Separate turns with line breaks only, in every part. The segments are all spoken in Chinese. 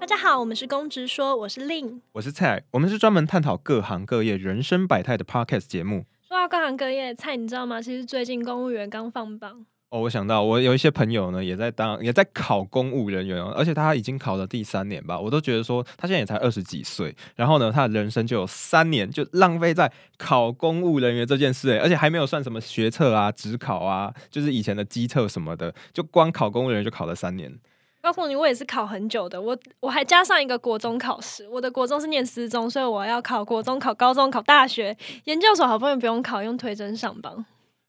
大家好，我们是公职说，我是令。
我是蔡，我们是专门探讨各行各业人生百态的 podcast 节目。
说到各行各业，菜你知道吗？其实最近公务员刚放榜，
哦，我想到我有一些朋友呢，也在当也在考公务人员哦，而且他已经考了第三年吧，我都觉得说他现在也才二十几岁，然后呢，他的人生就有三年就浪费在考公务人员这件事，哎而且还没有算什么学测啊、职考啊，就是以前的机测什么的，就光考公务人员就考了三年。
告诉你，我也是考很久的，我我还加上一个国中考试，我的国中是念私中，所以我要考国中、考高中、考大学，研究所好不容易不用考，用推甄上榜。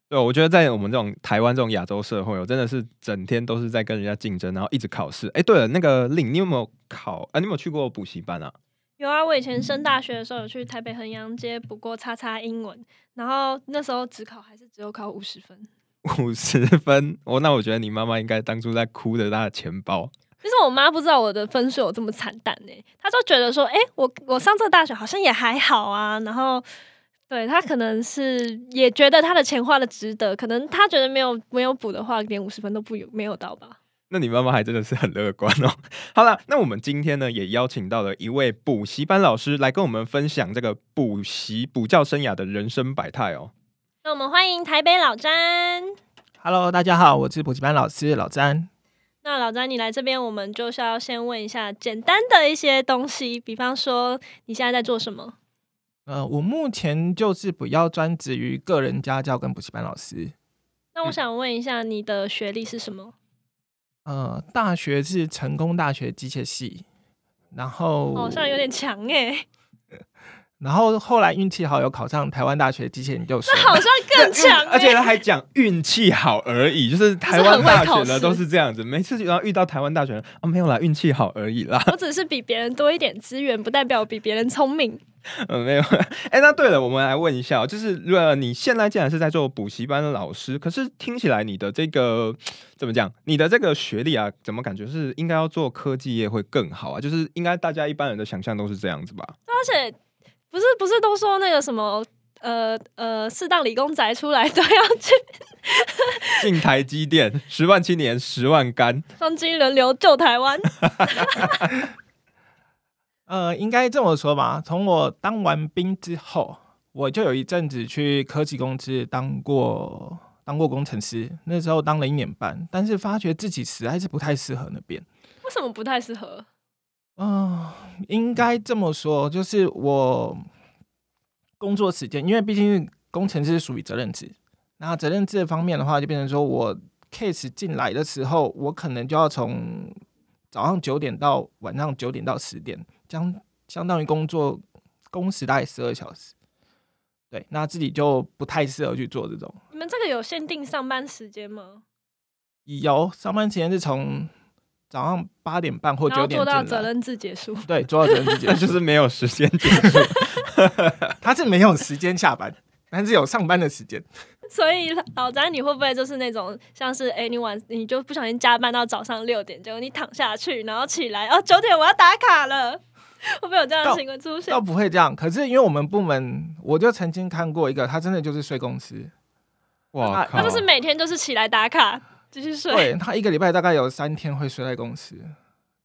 对，我觉得在我们这种台湾这种亚洲社会哦，我真的是整天都是在跟人家竞争，然后一直考试。哎，对了，那个令，你有没有考啊？你有没有去过补习班啊？
有啊，我以前升大学的时候有去台北衡阳街补过叉叉英文，然后那时候只考还是只有考五十分。
五十分，哦，那我觉得你妈妈应该当初在哭着她的钱包。
其实我妈不知道我的分数有这么惨淡呢、她就觉得说，哎、我我上这个大学好像也还好啊，然后。对她可能是也觉得她的钱花的值得，可能她觉得没有没有补的话，连五十分都不有没有到吧。
那你妈妈还真的是很乐观哦。 好了，那我们今天呢也邀请到了一位补习班老师来跟我们分享这个补习补教生涯的人生百态哦。
那我们欢迎台北老詹。
Hello，大家好，我是补习班老师老詹。
那老詹，你来这边，我们就是要先问一下简单的一些东西，比方说你现在在做什么？
呃，我目前就是比较专职于个人家教跟补习班老师。
那我想问一下，你的学历是什么？
呃，大学是成功大学机械系，然
哦
后
哦
好像有点强哎、
然后后来运气好有考上台湾大学机械研究所。
好像更强、欸，
而且他还讲运气好而已， 就是台
就
湾大
是很
学
会考
呢
试
都是这样子，每次然后遇到台湾大学啊没有啦，运气好而已啦。
我只是比别人多一点资源，不代表我比别人聪明。
嗯，没有。 哎，那对了，我们来问一下哦，就是如果你现在既然是在做补习班的老师，可是听起来你的这个怎么讲？你的这个学历啊，怎么感觉是应该要做科技业会更好啊？就是应该大家一般人的想象都是这样子吧？
而且不是不是都说那个什么呃呃，适当理工宅出来都要去
进台积电，十万青年十万 干，
双金轮流救台湾。
呃，应该这么说吧，从我当完兵之后，我就有一阵子去科技公司当过当过工程师，那时候当了一年半，但是发觉自己实在是不太适合那边。
为什么不太适合？
嗯、应该这么说，就是我工作时间，因为毕竟是工程师属于责任制，那责任制方面的话，就变成说我 case 进来的时候，我可能就要从早上九点到晚上九点到十点，将相当于工作工时大概十二小时。对，那自己就不太适合去做这种。
你们这个有限定上班时间吗？
有上班时间是从早上八点半或
然后
九
做
点
到
进
责
来，
任制结束。
对，做到责任制结
那
束
就是没有时间结束。
他是没有时间下班， 但是有上班的时间。
所以老詹，你会不会就是那种像是哎、诶你晚你就不小心加班到早上六点，结果你躺下去，然后起来，哦九点我要打卡了， 会不会有这样的
到
行为出现
倒？不会这样，可是因为我们部门，我就曾经看过一个，他真的就是睡公司，
哇靠！
他就是每天就是起来打卡，继续睡。
对他一个礼拜大概有三天会睡在公司，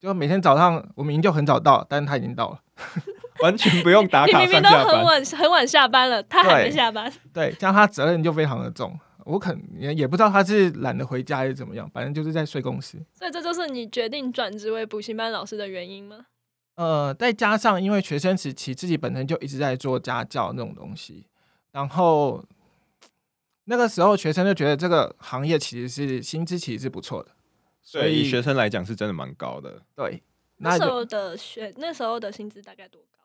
就每天早上我明明就很早到，但是他已经到了，
完全不用打
你
卡
明
上
明都
下
很
班。
晚很晚下班了，他还没
对
下班。
对，这样他责任就非常的重。我可也也不知道他是懒得回家还是怎么样，反正就是在睡公司。
所以这就是你决定转职为补习班老师的原因吗？
呃，再加上因为学生时期自己本身就一直在做家教那种东西，然后那个时候学生就觉得这个行业其实是薪资其实是不错的，所
对以
以
学生来讲是真的蛮高的。
对，
那
那
时
就
候的学那时候的薪资大概多高？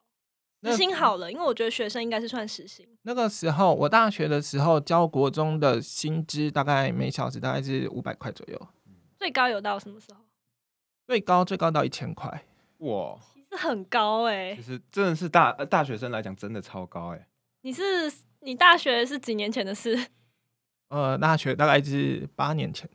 那
时薪好了，因为我觉得学生应该是算时薪。
那个时候我大学的时候教国中的薪资大概每小时大概是五百块左右，
最高有到什么时候？
最高最高到一千块。
哇，
其实很高哎、
其实真的是大呃大学生来讲真的超高哎、
你是你大学是几年前的事？
呃，大学大概是八年前，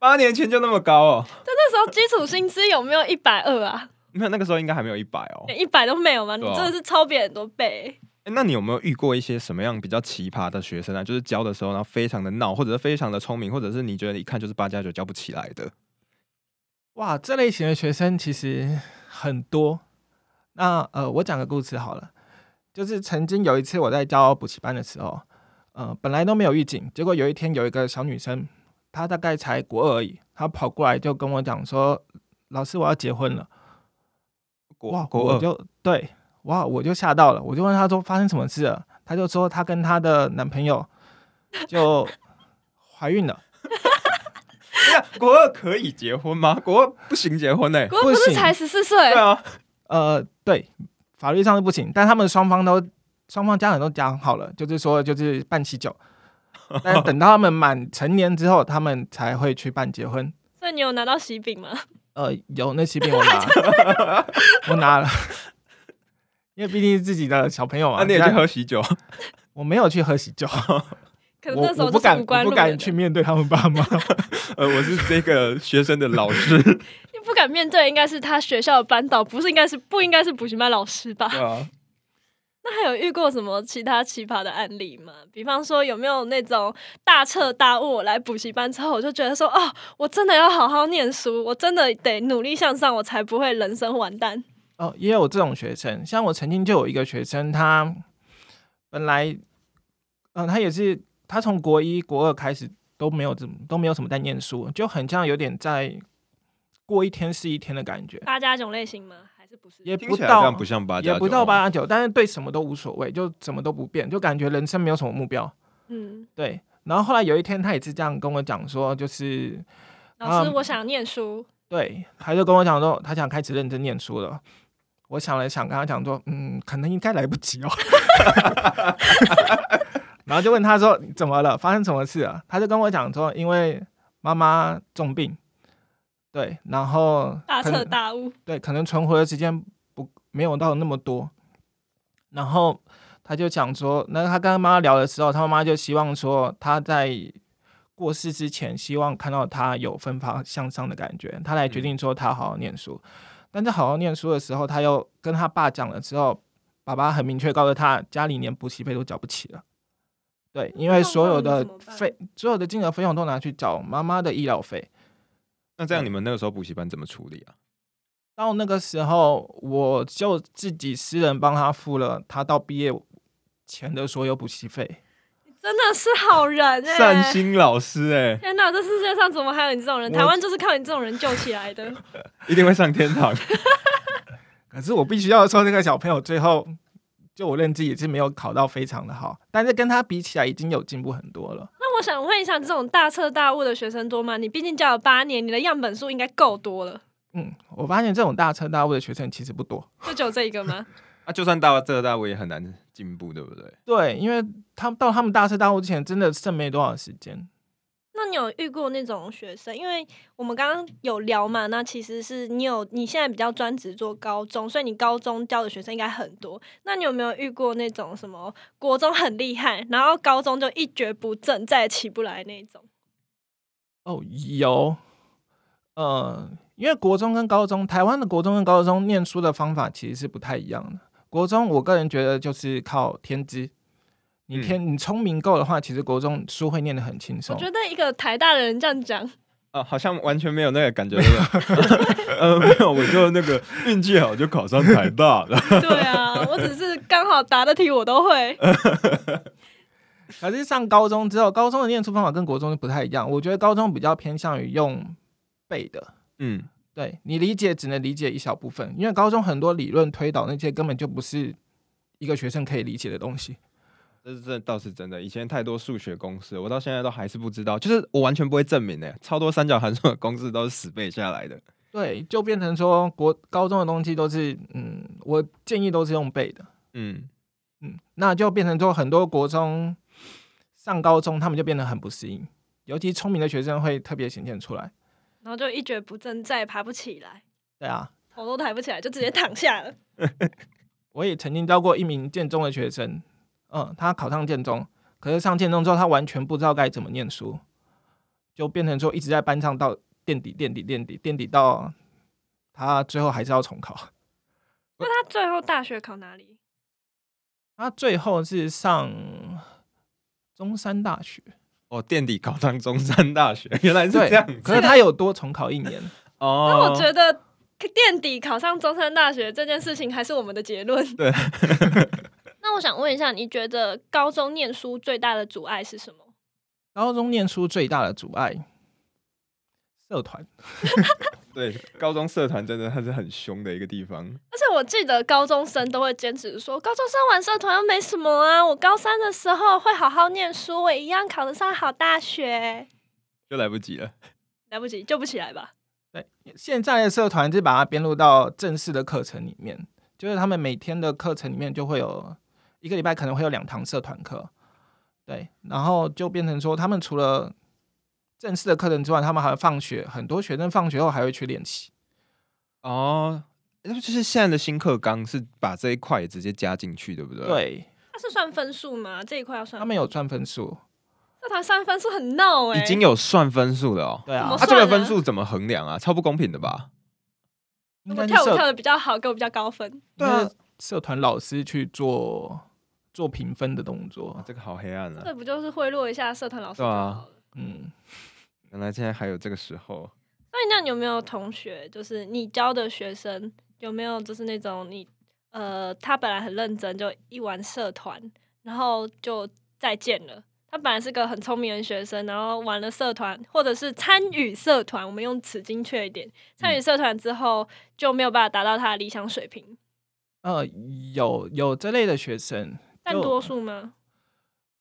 八年前就那么高哦，
那时候基础薪资有没有一百二啊？
没有那个时候应该还没有一百哦、
连一百都没有吗？你
对啊
真的是超别人很多倍、
诶那你有没有遇过一些什么样比较奇葩的学生啊？就是教的时候，然后非常的闹，或者是非常的聪明，或者是你觉得一看就是八加九教不起来的？
哇，这类型的学生其实很多。那呃，我讲个故事好了，就是曾经有一次我在教补习班的时候，呃，本来都没有预警，结果有一天有一个小女生，她大概才国二而已，她跑过来就跟我讲说：“老师，我要结婚了。”
国
哇，
国
我
二
就对，哇，我就吓到了，我就问她说发生什么事了，她就说她跟她的男朋友就怀孕了，
等一下国二可以结婚吗？国二不行结婚呢、欸
国文不
不
是
行
才十四岁，
对啊，
呃，对，法律上是不行，但他们双方都双方家长都讲好了，就是说就是办 喜酒，但等到他们满成年之后，他们才会去办结婚。
所以你有拿到喜饼吗？
呃，有那喜饼我拿 了，我拿了，因为毕竟是自己的小朋友嘛。
那啊你也去
但
喝喜酒？
我没有去喝喜酒，
可能
我
那时候
我
就
不
是
敢，
五
我
官
不
路
敢
人啊
去，面对他们爸妈。
呃，我是这个学生的老 师。
你不敢面对，应该是他学校的班导，不是应该是不应该是补习班老师吧？
对啊，
那还有遇过什么其他奇葩的案例吗？比方说有没有那种大彻大悟我来补习班之后，我就觉得说，哦，我真的要好好念书，我真的得努力向上，我才不会人生完蛋。
哦，也有这种学生，像我曾经就有一个学生，他本来，嗯、他也是，他从国一、国二开始都没有怎么都没有什么在念书，就很像有点在过一天是一天的感觉，
八家囧类型吗？还是不是？
也
听
不
起来好
到
像不像八加
也不
九
到
哦
八加九，但是对什么都无所谓，就怎么都不变，就感觉人生没有什么目标。
嗯，
对，然后后来有一天，他也是这样跟我讲说，就是
老师，
嗯
我想念书。
对，他就跟我讲说，他想开始认真念书了。我想了想，跟他讲说，嗯，可能应该来不及哦。 然后就问他说，怎么了？发生什么事了？他就跟我讲说，因为妈妈重病，对，然后
大
可
彻
能
大悟，
对，可能存活的时间不没有到那么多。然后他就讲说，那他跟他妈妈聊的时候，他妈妈就希望说他在过世之前，希望看到他有奋发向上的感觉，他来决定说他好好念书。但在好好念书的时候，他又跟他爸讲了之后，爸爸很明确告诉他，家里连补习费都缴不起了。对，因为
那
所有
那你
的
怎么办
费，所有的金额费用都拿去找妈妈的医疗费。
那这样你们那个时候补习班怎么处理啊？
到那个时候，我就自己私人帮他付了他到毕业前的所有补习费。
真的是好人哎、
善心老师哎、
天哪，这世界上怎么还有你这种人？
我
台湾就是靠你这种人救起来的。
一定会上天堂。
可是我必须要说，这个小朋友最后就我认知也是没有考到非常的好，但是跟他比起来已经有进步很多了。
那我想问一下，这种大彻大悟的学生多吗？你毕竟教了八年，你的样本数应该够多了，
嗯，我发现这种大彻大悟的学生其实不多。
就只有这一个 吗？
啊，就算到这大我也很难进步，对不对？
对，因为他们到他们大彻大悟之前，真的剩没多少时间。
那你有遇过那种学生？因为我们刚刚有聊嘛，那其实是你有你现在比较专职做高中，所以你高中教的学生应该很多。那你有没有遇过那种什么国中很厉害，然后高中就一蹶不振，再也起不来那种？
哦，有，呃，因为国中跟高中，台湾的国中跟高中念书的方法其实是不太一样的。国中，我个人觉得就是靠天资，你
嗯
天、你聪明够的话，其实国中书会念得很轻
我
松。
觉得一个台大的人这样 讲，
啊，好像完全没有那个感觉。对不对 呃，没有，我就那个运气好就考上台大了。
对啊，我只是刚好答的题我都 会。
可是上高中之后，高中的念书方法跟国中就不太一样。我觉得高中比较偏向于用背的，
嗯，
对你理解只能理解一小部分，因为高中很多理论推导那些根本就不是一个学生可以理解的东西。
这是这倒是真的。以前太多数学公式，我到现在都还是不知道，就是我完全不会证明的。欸超多三角函数的公式都是死背下来的。
对，就变成说国高中的东西都是，嗯，我建议都是用背的，
嗯，
嗯，那就变成说很多国中上高中，他们就变得很不适应，尤其聪明的学生会特别显现出来。
然后就一蹶不振，再也爬不起来，
对啊，
头都抬不起来，就直接躺下了。
我也曾经教过一名建中的学生，嗯，他考上建中，可是上建中之后，他完全不知道该怎么念书，就变成说一直在班上到垫底、垫底、垫底、垫底到他最后还是要重考。
那他最后大学考哪里？
他最后是上中山大学，
哦，垫底考上中山大学，原来是
对
这样子
可是他有多重考一年，
哦。
那我觉得垫底考上中山大学这件事情还是我们的结论。
对。
那我想问一下，你觉得高中念书最大的阻碍是什么？
高中念书最大的阻碍，社团。
对，高中社团真的它是很凶的一个地方。
而且我记得高中生都会坚持说，高中生玩社团又没什么啊。我高三的时候会好好念书，我一样考得上好大学。
就来不及了，
来不及，救不起来吧？
现在的社团是把它编入到正式的课程里面，就是他们每天的课程里面就会有一个礼拜可能会有两堂社团课，对，然后就变成说他们除了正式的课程之外，他们还会放学，很多学生放学后还会去练习。
哦，那就是现在的新课纲是把这一块也直接加进去，对不对？，
对，
它是算分数吗？这一块要算
他们有算分数，
社团算分数很闹哎、
已经有算分数了哦。
对
怎
啊
么
啊，，这个
算呢
分数怎么衡量啊？超不公平的吧？
我
应该是
跳舞
社
跳的比较好，给我比较高分。
对啊，
应该是社团老师去做做评分的动
哇
作，
这个好黑暗啊！
这不就是贿赂一下社团老师就
对
好
啊
了？
嗯，
原来现在还有这个时候，
那你那你有没有同学，就是你教的学生有没有就是那种你呃，他本来很认真，就一玩社团，然后就再见了。他本来是个很聪明的学生，然后玩了社团，或者是参与社团，我们用词精确一点，参
嗯
与社团之后就没有办法达到他的理想水平，
呃，有有这类的学生，
但
就
多数吗？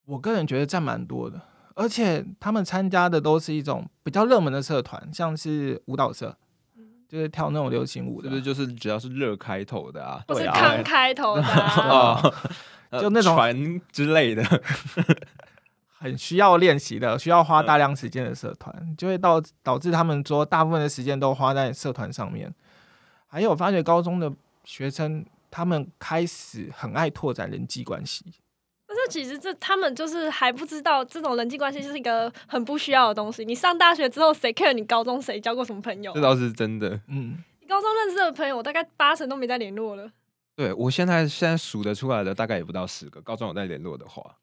我个人觉得占蛮多的，而且他们参加的都是一种比较热门的社团，像是舞蹈社，
嗯
就是跳那种流行舞
是
的，
不是就是只要是热开头的啊，
或是
对啊
康开头的、 啊，
啊，
就那种
船之类的，
很需要练习的，需要花
嗯
大量时间的社团，就会导导致他们说大部分的时间都花在社团上面。还有，我发觉高中的学生他们开始很爱拓展人际关系，
但是其实这他们就是还不知道，这种人际关系是一个很不需要的东西。你上大学之后，谁 care 你高中谁交过什么朋友
这？倒是真的。
嗯，
你高中认识的朋友，我大概八成都没再联络了。
对我现在现在数得出来的大概也不到十个，高中有在联络的话，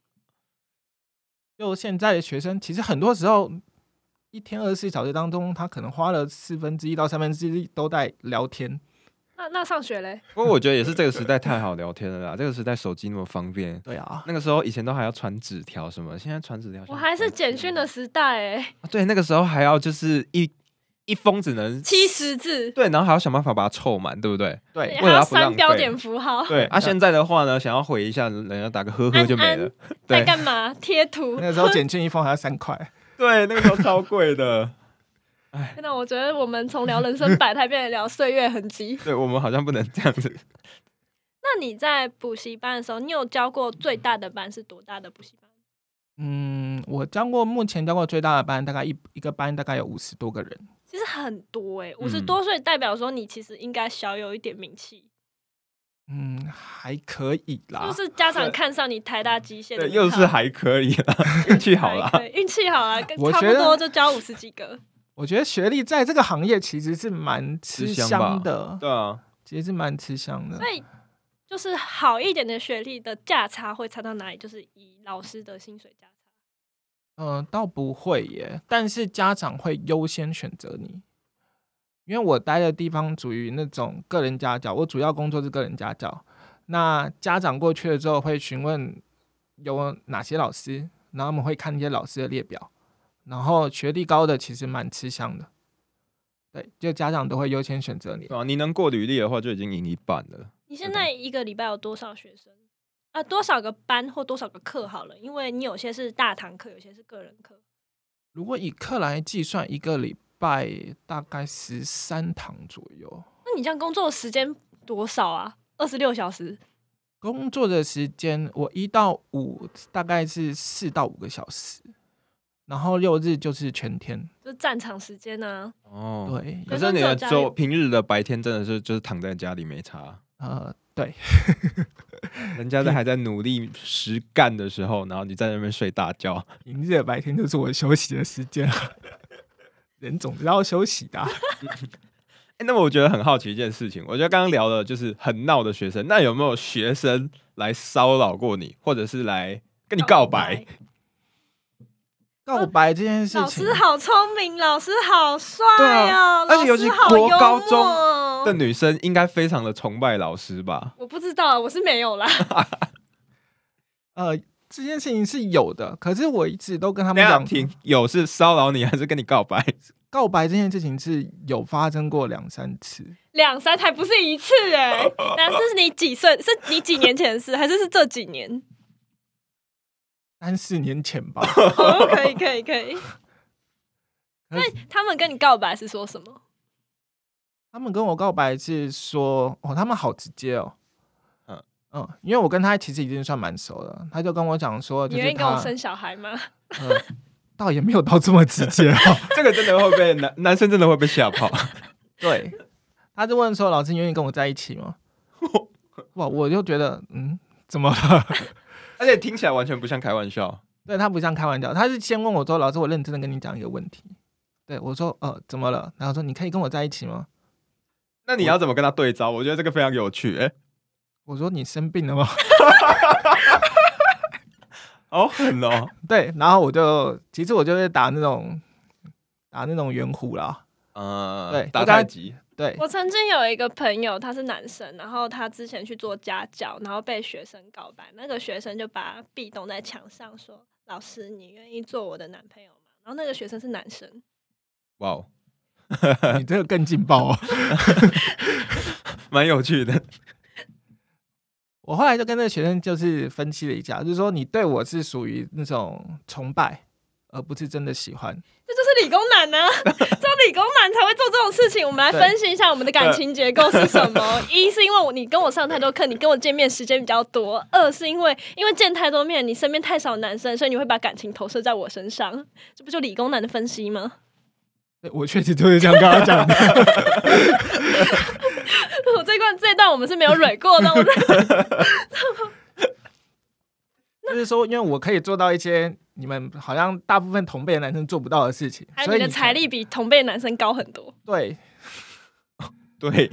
就现在的学生，其实很多时候一天二十四小时当中，他可能花了四分之一到三分之一都在聊天。
那那上学嘞？
不过我觉得也是这个时代太好聊天了啦，这个时代手机那么方便。
对啊，
那个时候以前都还要传纸条什么，现在传纸条
我还是简讯的时代哎、
啊对，那个时候还要就是一一封只能
七十字，
对，然后还要想办法把它凑满，对不对？
还
对，
哎为了
要
要不浪
删
费
标点符号，
对啊，现在的话呢，想要回一下，人家打个呵呵就没了。对
在干嘛？贴图。
那时候简讯一封还要三块，
对，那个时候超贵的。
真的，我觉得我们从聊人生百态变成聊岁月痕 迹。
对我们好像不能这样 子。
那你在补习班的时候，你有教过最大的班是多大的补习班？
嗯，我教过目前教过最大的班，大概一一个班大概有五十多个人，
其实很多哎、欸，五十
嗯
多岁代表说你其实应该小有一点名气，
嗯，还可以啦。
就是家长看上你台大机械的
对，
那
又
套，
是还可以啦，运气好
了
啦，。
对运气好啊了，跟
我
差
觉
不
得
多就交五十几个。
我觉得学历在这个行业其实是蛮吃
吃香吧
香的，
对啊，
其实是蛮吃香的
所。以就是好一点的学历的价差会差到哪里？就是以老师的薪水价差。
嗯、倒不会耶，但是家长会优先选择你，因为我待的地方属于那种个人家教，我主要工作是个人家教。那家长过去了之后会询问有哪些老师，然后我们会看一些老师的列表，然后学历高的其实蛮吃香的，对，就家长都会优先选择你
对。啊，你能过履历的话，就已经赢一半了。
你现在一个礼拜有多少学生？啊，多少个班或多少个课好了？因为你有些是大堂课，有些是个人课。
如果以课来计算，一个礼拜大概十三堂左右。
那你这样工作的时间多少啊？二十六小时？
工作的时间，我一到五大概是四到五个小时，然后六日就是全天。
就是战场时间啊呢、
哦，
对，
可是你的
可是只有家
周
里
平日的白天真的是就是躺在家里没差，
呃，对，
人家
嗯
在还在努力实干的时候，然后你在那边睡大觉，
平日的白天就是我休息的时间 了。人总是要休息 的啊、
欸那么我觉得很好奇一件事情，我觉得刚刚聊的就是很闹的学生，那有没有学生来骚扰过你，或者是来跟你告白？
告白这件事
老
情
师，好聪明，老师好帅
对
哦、
啊
老
而且尤
师
其
好
国
幽
高
默
中
哦
的女生应该非常的崇拜老师吧？
我不知道，我是没有啦。
呃，这件事情是有的，可是我一直都跟他
他
们讲，
停，有是骚扰你还是跟你告白？
告白这件事情是有发生过两三次，
两三还不是一次哎、 那这是你几岁？是你几年前的事，还是是这几 年？
三四年前 吧。
哦，可以，可以，可以。
可是
他们跟你告白是说什么？
他们跟我告白是说，哦，他们好直接哦。
嗯
嗯嗯，因为我跟他其实已经算蛮熟了，他就跟我讲说，就
你
是
愿意跟我
他
生小孩吗？
嗯倒也没有到这么直接哦。
这个真的会被男男生真的会被吓跑。
对，他就问说：“老师，你愿意跟我在一起吗？”哇，我就觉得，嗯，怎么了？
而且听起来完全不像开玩笑。
对他不像开玩笑，他是先问我说：“老师，我认真的跟你讲一个问题。”对我说：“呃，怎么了？”然后说：“你可以跟我在一起吗
那你要怎么跟他对招？我觉得这个非常有趣。哎、？”
我说：“你生病了吗
好狠哦！？”
对，然后我就其实我就会打那种打那种圆弧啦。
嗯，
对
打
就跟他
太极，
对，
我曾经有一个朋友，他是男生，然后他之前去做家教，然后被学生告白，那个学生就把壁咚在墙上说：“老师，你愿意做我的男朋友吗？”然后那个学生是男生，
哇哦，
你这个更劲爆哦。
蛮有趣的。
我后来就跟那个学生就是分析了一下，就是说你对我是属于那种崇拜，而不是真的喜欢。
这就是理工男 呢、啊，只有理工男才会做这种事情。我们来分析一下我们的感情结构是什么： 一是因为我你跟我上太多课，你跟我见面时间比较多；二是因为因为见太多面，你身边太少男生，所以你会把感情投射在我身上。这不就理工男的分析吗？
对我确实就是这样跟他讲的。
我这段这段我们是没有蕊过的， 我在
就是说，因为我可以做到一些你们好像大部分同辈的男生做不到的事情，
还有
所
你
以
的
啊你
财力比同辈男生高很多。
对
对，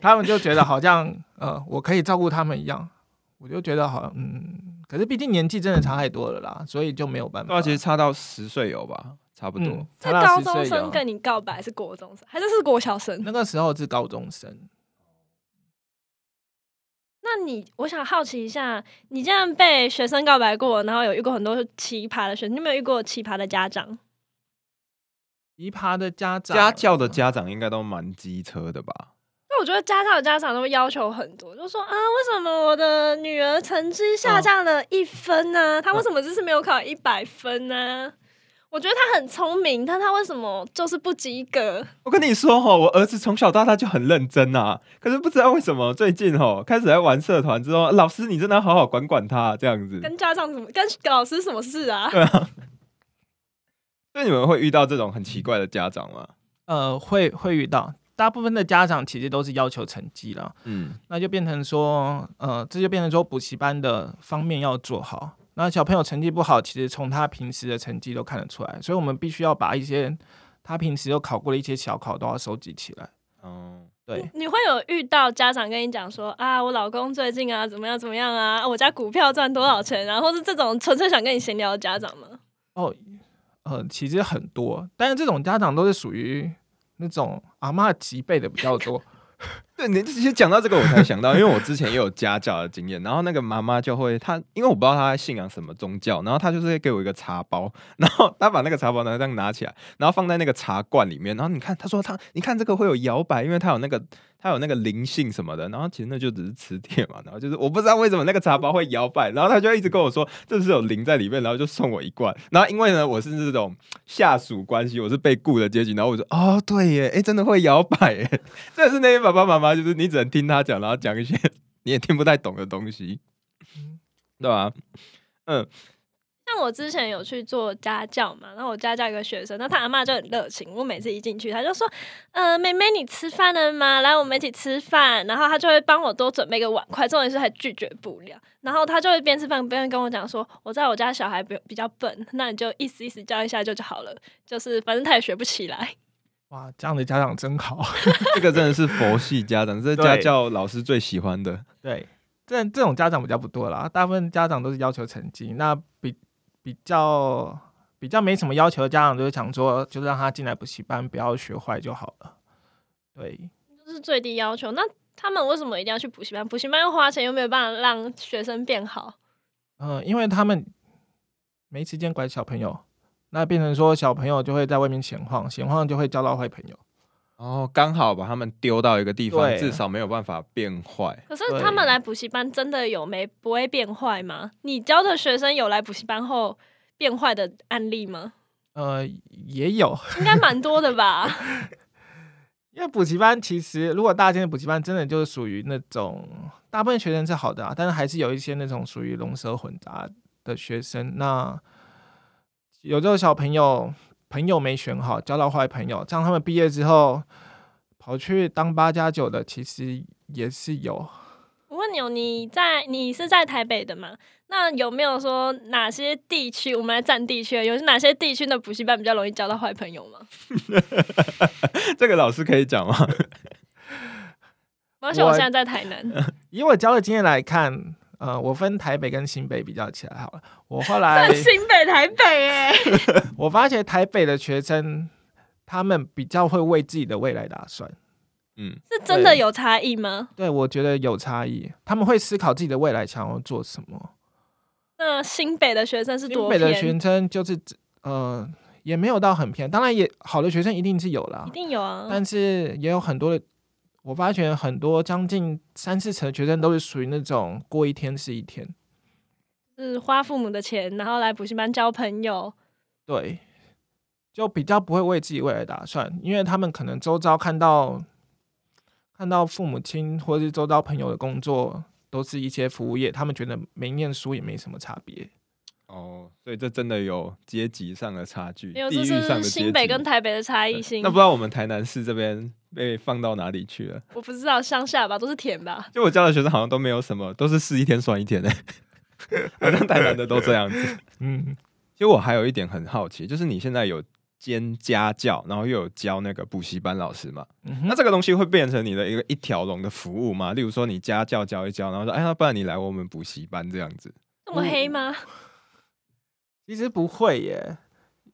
他们就觉得好像呃，我可以照顾他们一样，我就觉得好像嗯，可是毕竟年纪真的差太多了啦，所以就没有办
对
法。
啊，其实差到十岁有吧，差不多。
嗯，
是
差到
高
10岁
中生
有
跟你告白，是国中生还是是国小生？
那个时候是高中生，
那你，我想好奇一下，你这样被学生告白过，然后有遇过很多奇葩的学生，你有没有遇过奇葩的家长？
奇葩的家长
家教的家长应该都蛮机车的吧？
那我觉得家长有家长都会要求很多，就说啊，为什么我的女儿成绩下降了一分呢、她为什么这次没有考一百分呢、我觉得她很聪明，但她为什么就是不及格？
我跟你说哈、我儿子从小到大就很认真啊，可是不知道为什么最近哈、开始在玩社团之后，老师你真的要好好管管他这样子。
跟家长什么，跟老师什么事啊？
所以你们会遇到这种很奇怪的家长吗？
呃会会遇到，大部分的家长其实都是要求成绩啦，
嗯，
那就变成说，呃，这就变成说补习班的方面要做好。那小朋友成绩不好，其实从他平时的成绩都看得出来，所以我们必须要把一些他平时又考过的一些小考都要收集起来。
哦，
对，
你会有遇到家长跟你讲说啊，我老公最近啊怎么样怎么样啊，啊我家股票赚多少钱，然后是这种纯粹想跟你闲聊的家长吗？
哦，呃，其实很多，但是这种家长都是属于那种阿嬷级辈的比较多。
对你其实讲到这个，我才想到，因为我之前也有家教的经验，然后那个妈妈就会，她因为我不知道她在信仰什么宗教，然后她就是会给我一个茶包，然后她把那个茶包呢这样拿起来，然后放在那个茶罐里面，然后你看，她说她，你看这个会有摇摆，因为它有那个它有那个灵性什么的，然后其实那就只是磁铁嘛，然后就是我不知道为什么那个茶包会摇摆，然后她就一直跟我说这是有灵在里面，然后就送我一罐，然后因为呢我是这种下属关系，我是被雇的阶级，然后我就哦对耶，哎真的会摇摆耶，真的是那些爸爸妈妈，就是你只能听他讲，然后讲一些 你也听不太懂的东西，对啊吧、
像我之前有去做家教嘛，然后我家教一个学生，那他阿妈就很热情，我每次一进去，他就说，呃，妹妹你吃饭了吗？来，我们一起吃饭。然后他就会帮我多准备一个碗筷，重点是还拒绝不了。然后他就会边吃饭边跟我讲说，我知道我家小孩比比较笨，那你就意思意思教一下就就好了，就是反正他也学不起来。
哇，这样的家长真好。
这个真的是佛系家长，这是
对
家教老师最喜欢的。
对，这这种家长比较不多啦，大部分家长都是要求成绩，那比比较比较没什么要求的家长就会想说，就让他进来补习班，不要学坏就好了。对，
就是是最低要求。那他们为什么一定要去补习班？补习班又花钱，又没有办法让学生变好。
嗯、因为他们没时间管小朋友，那变成说小朋友就会在外面闲晃，闲晃就会交到坏朋友。
哦，刚好把他们丢到一个地方，
对
至少没有办法变坏。
可是他们来补习班真的有没不会变坏吗？你教的学生有来补习班后变坏的案例吗？
呃，也有，
应该蛮多的吧。
因为补习班其实如果大间的补习班真的就是属于那种大部分学生是好的啊，但是还是有一些那种属于龙蛇混杂的学生。那有时候小朋友朋友没选好，交到坏朋友，这样他们毕业之后跑去当八加九的，其实也是有。
我问你哦，你在你是在台北的吗？那有没有说哪些地区？我们来占地区，有哪些地区的补习班比较容易交到坏朋友吗？
这个老师可以讲吗？
而且我
我
现在在台南，
以我教的经验来看，呃，我分台北跟新北比较起来好了。我后来
新北、台北哎、
我发觉台北的学生，他们比较会为自己的未来打算。
嗯，
是真的有差异吗？
对，我觉得有差异。他们会思考自己的未来想要做什么。
那新北的学生是
新
多
北的
偏？
学生就是呃，也没有到很偏，当然也好的学生一定是有啦
一，定有啊。
但是也有很多的。我发觉很多将近三四成的学生都是属于那种过一天是一天，
是花父母的钱，然后来补习班交朋友。
对，就比较不会为自己未来打算，因为他们可能周遭看到看到父母亲或是周遭朋友的工作都是一些服务业，他们觉得没念书也没什么差别。
哦，所以这真的有阶级上的差距，
没有，
地
这
域上
是
的阶级。
新北跟台北的差异性。
那不知道我们台南市这边被放到哪里去了？
我不知道乡下吧，都是田吧。
就我教的学生好像都没有什么，都是试一天算一天的， 好像台南的都这样子。
嗯，
其实我还有一点很好奇，就是你现在有兼家教，然后又有教那个补习班老师嘛？
嗯
那
哼，
这个东西会变成你的一个一条龙的服务吗？例如说你家教教一教，然后说，哎，那不然你来我们补习班这样子。
这
嗯
么黑吗？
其实不会耶，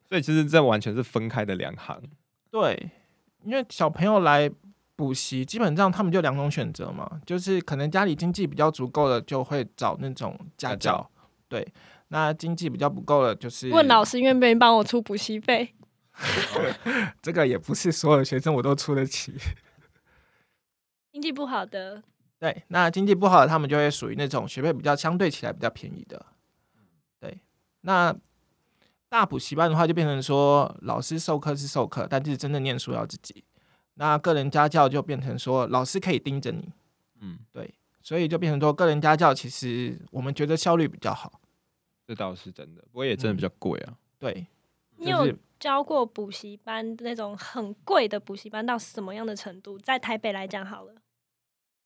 所以其实这完全是分开的两行。
对，因为小朋友来补习，基本上他们就两种选择嘛，就是可能家里经济比较足够的，就会找那种家
家教
教，对。那经济比较不够了，就是
问老师愿不愿意帮我出补习费？
这个也不是所有学生我都出得起，
经济不好的，
对，那经济不好的，他们就会属于那种学费比较相对起来比较便宜的。对，那大补习班的话，就变成说老师授课是授课，但是真正念书要自己。那个人家教就变成说老师可以盯着你，
嗯，
所以就变成说个人家教其实我们觉得效率比较好。
这倒是真的，不过也真的比较贵啊。
对，
你
就
有
是
教过补习班那种很贵的补习班到什么样的程度？在台北来讲好了，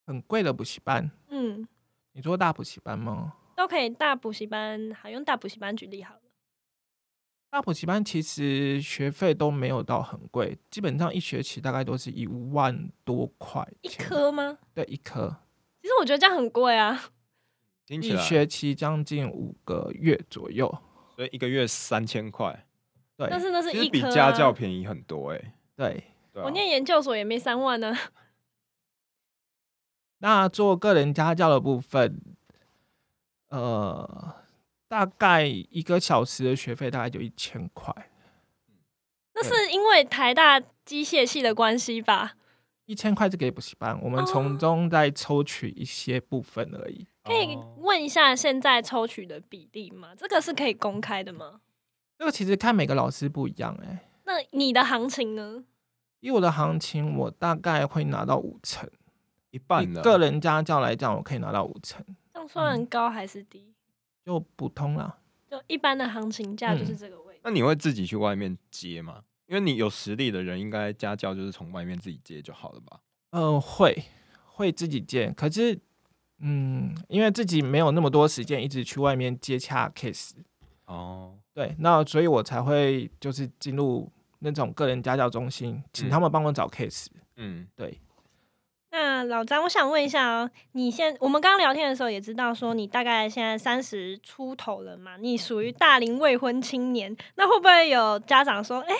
很贵的补习班。
嗯，
你说大补习班吗？
都可以大补习班，好用大补习班举例好了。
大补习班其实学费都没有到很贵，基本上一学期大概都是一万多块
一
钱，
科吗？
对一科。
其实我觉得这样很贵啊。
听起
一
来，
学期将近五个月左右。
所以一个月三千块，
对
但是那是
哎其实
一
比
科、啊、
家教便宜很多哎、
对，
对啊
我念研究所也没三万呢、
嗯
那做个人家教的部分，呃，大概一个小时的学费大概就一千块，
那是因为台大机械系的关系吧？
一千块是给补习班，我们从
哦
中再抽取一些部分而已。
可以
哦
问一下现在抽取的比例吗？这个是可以公开的吗？
这个其实看每个老师不一样、欸，哎，
那你的行情呢？
以我的行情，我大概会拿到五成。
一半
以
呢。
个人家教来讲，我可以拿到五成，
这样算高还是低？
就普通啦。
就一般的行情价就是这个位置。
那你会自己去外面接吗？因为你有实力的人，应该家教就是从外面自己接就好了吧？
嗯，会会自己接，可是嗯，因为自己没有那么多时间一直去外面接洽 case，
哦，
对，那所以我才会就是进入那种个人家教中心，请
嗯
他们帮我找 case、
嗯，
对，
那老张，我想问一下哦，你现我们刚刚聊天的时候也知道说你大概现在三十出头了嘛，你属于大龄未婚青年，那会不会有家长说，哎、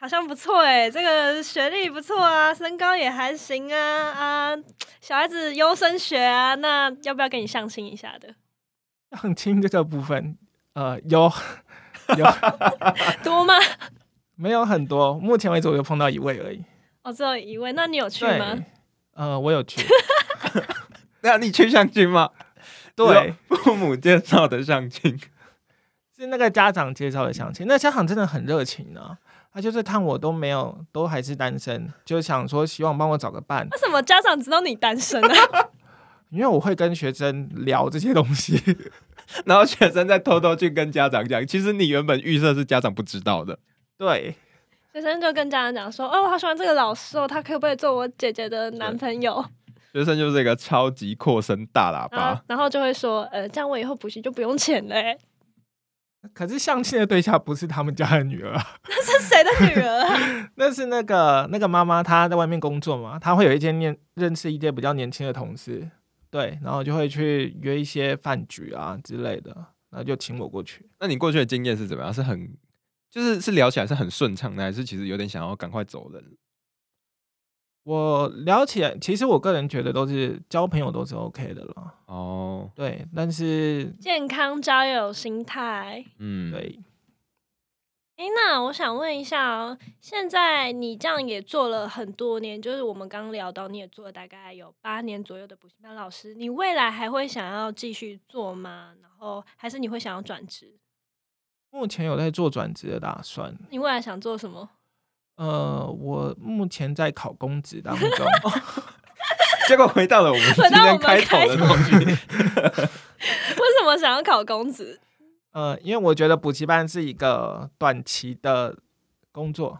好像不错哎、这个学历不错啊，身高也还行啊啊，小孩子优生学啊，那要不要跟你相亲一下的？
相亲这个部分，呃，有
多吗？
没有很多？目前为止我有碰到一位而已。
哦，只有一位，那你有去
对
吗？，
呃，我有 去。
那你去相亲吗？
对，
父母介绍的相亲，
是那个家长介绍的相亲，那家长真的很热情啊。他就是看我都没有，都还是单身，就想说希望帮我找个伴，
为什么家长知道你单身啊？
因为我会跟学生聊这些东西。
然后学生再偷偷去跟家长讲，其实你原本预设是家长不知道的。
对，
学生就跟家长讲说：“哦，我好喜欢这个老师哦，他可不可以做我姐姐的男朋友
学生就是一个超级扩声大喇？”
然后
叭，，
然后就会说：“呃，这样我以后补习就不用钱嘞、
可是相亲的对象不是他们家的女儿啊，
这是谁的女儿、啊？
那是那个那个妈妈她在外面工作嘛，她会有一些年认识一些比较年轻的同事，对，然后就会去约一些饭局啊之类的，然后就请我过去。
那你过去的经验是怎么样？是很就是是聊起来是很顺畅的，还是其实有点想要赶快走人？
我聊起来，其实我个人觉得都是交朋友都是 OK 的了，
哦，
对，但是
健康交友心态。
嗯，，
对，
诶，那我想问一下、哦，现在你这样也做了很多年，就是我们刚刚聊到，你也做了大概有八年左右的补习班老师，你未来还会想要继续做吗？然后还是你会想要转职？
目前有在做转职的打算，
你未来想做什么？
呃，我目前在考公职当中，
结果回到了我们今
回到我们
天开头的
开头
东西。
为什么想要考公职？
呃，因为我觉得补习班是一个短期的工作，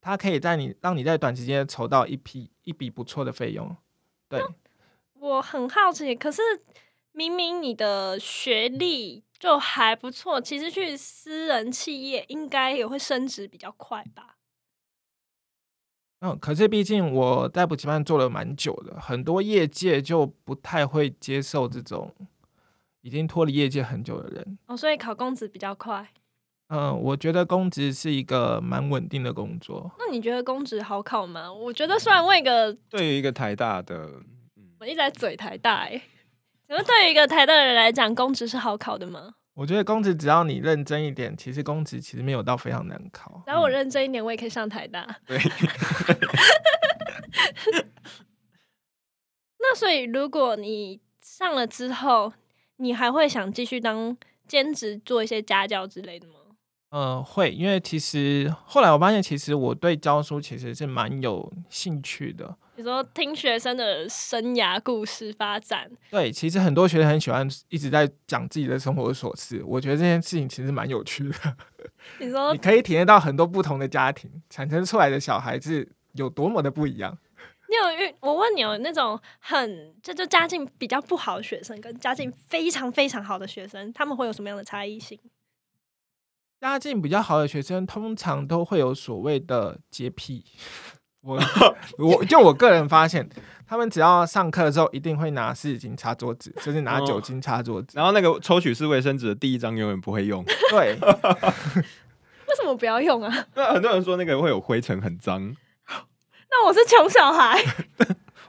它可以在你让你在短时间筹到一批一笔不错的费用。对，
我很好奇，可是明明你的学历就还不错，其实去私人企业应该也会升职比较快吧？
嗯，可是毕竟我在补习班做了蛮久的，很多业界就不太会接受这种已经脱离业界很久的人。
哦，所以考公职比较快。
嗯，我觉得公职是一个蛮稳定的工作。
那你觉得公职好考吗？我觉得虽然问一个，
对于一个台大的，
我一直在嘴台大、欸，可是对于一个台大的人来讲，公职是好考的吗？
我觉得公职只要你认真一点，其实公职其实没有到非常难考。
只要我认真一点，我也可以上台大。
对，
那所以，如果你上了之后，你还会想继续当兼职做一些家教之类的吗？
嗯，会，因为其实后来我发现，其实我对教书其实是蛮有兴趣的。
比如说听学生的生涯故事发展，
对，其实很多学生很喜欢一直在讲自己的生活琐事，我觉得这件事情其实蛮有趣的。
你说
你可以体验到很多不同的家庭产生出来的小孩子有多么的不一样。
你有遇我问你有那种很这就家境比较不好的学生跟家境非常非常好的学生，他们会有什么样的差异性？
家境比较好的学生通常都会有所谓的洁癖。 我我就我个人发现，他们只要上课的时候一定会拿湿纸巾擦桌子，甚至拿酒
哦
精擦桌子。
然后那个抽取式卫生纸的第一张永远不会用。
为
对。
什么不要用啊？
那很多人说那个会有灰尘，很脏。
那我是穷小孩，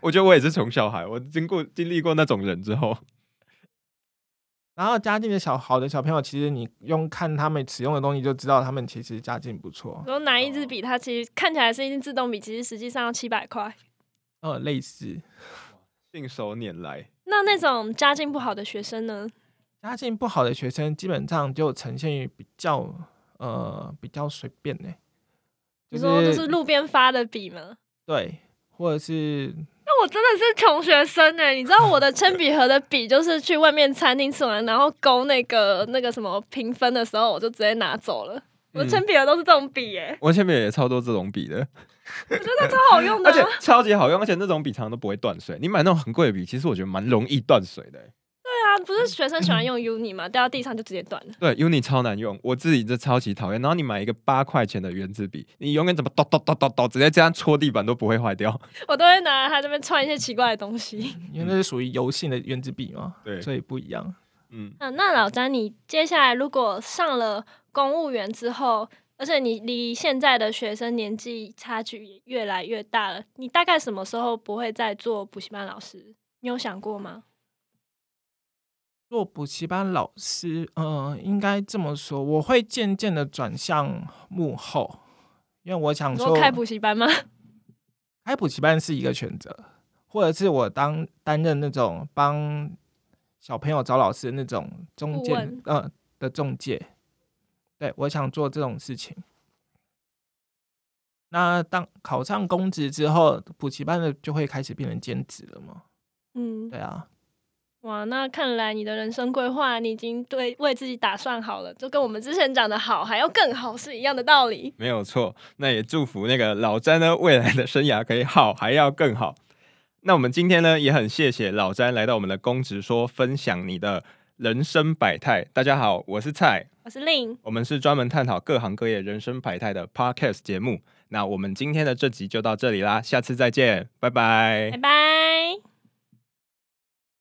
我觉得我也是穷小孩，我经过经历过那种人之后，
然后家境的小好的小朋友，其实你用看他们使用的东西就知道，他们其实家境不错
然，后拿一支笔，它其实看起来是一支自动笔，其实实际上要七百块。
呃，类似
信手拈来。
那那种家境不好的学生呢？
家境不好的学生，基本上就呈现于比较呃比较随便呢、
你
就
说就是是路边发的笔吗？
对，或者是
那我真的是穷学生哎、你知道我的铅笔盒的笔就是去外面餐厅吃完，然后勾那个那个什么评分的时候，我就直接拿走了。我的铅笔盒都是这种笔哎、
我前面也超多这种笔的，
超好用的
而且
啊、
超级好用，而且那种笔常常都不会断水。你买那种很贵的笔，其实我觉得蛮容易断水的欸、
对啊，不是学生喜欢用 Uni 嘛，掉到地上就直接断了。
对，Uni 超难用，我自己就超级讨厌。然后你买一个八块钱的圆珠笔，你永远怎么叨叨叨叨叨，直接这样戳地板都不会坏掉。
我都会拿来它这边串一些奇怪的东西。
因为那是属于油性的原子笔嘛，
对
所以不一样。
嗯，
嗯，那老詹，你接下来如果上了公务员之后，而且你离现在的学生年纪差距也越来越大了，你大概什么时候不会再做补习班老师？你有想过吗？
做补习班老师，呃，应该这么说，我会渐渐的转向幕后，因为我想
你
说，
说开补习班吗？
开补习班是一个选择，或者是我当担任那种帮小朋友找老师的那种中
顾
介
问，
呃的中介。对，我想做这种事情。那当考上公职之后，补习班的就会开始变成兼职了嘛？
嗯，
对啊，
哇，那看来你的人生规划，你已经对为自己打算好了，就跟我们之前讲的好还要更好是一样的道理。
没有错。那也祝福那个老詹呢未来的生涯可以好，还要更好。那我们今天呢也很谢谢老詹来到我们的公职说分享你的人生百态。大家好，我是蔡，
我是令，
我们是专门探讨各行各业人生百态的 podcast 节目。那我们今天的这集就到这里啦，下次再见，拜拜
拜拜。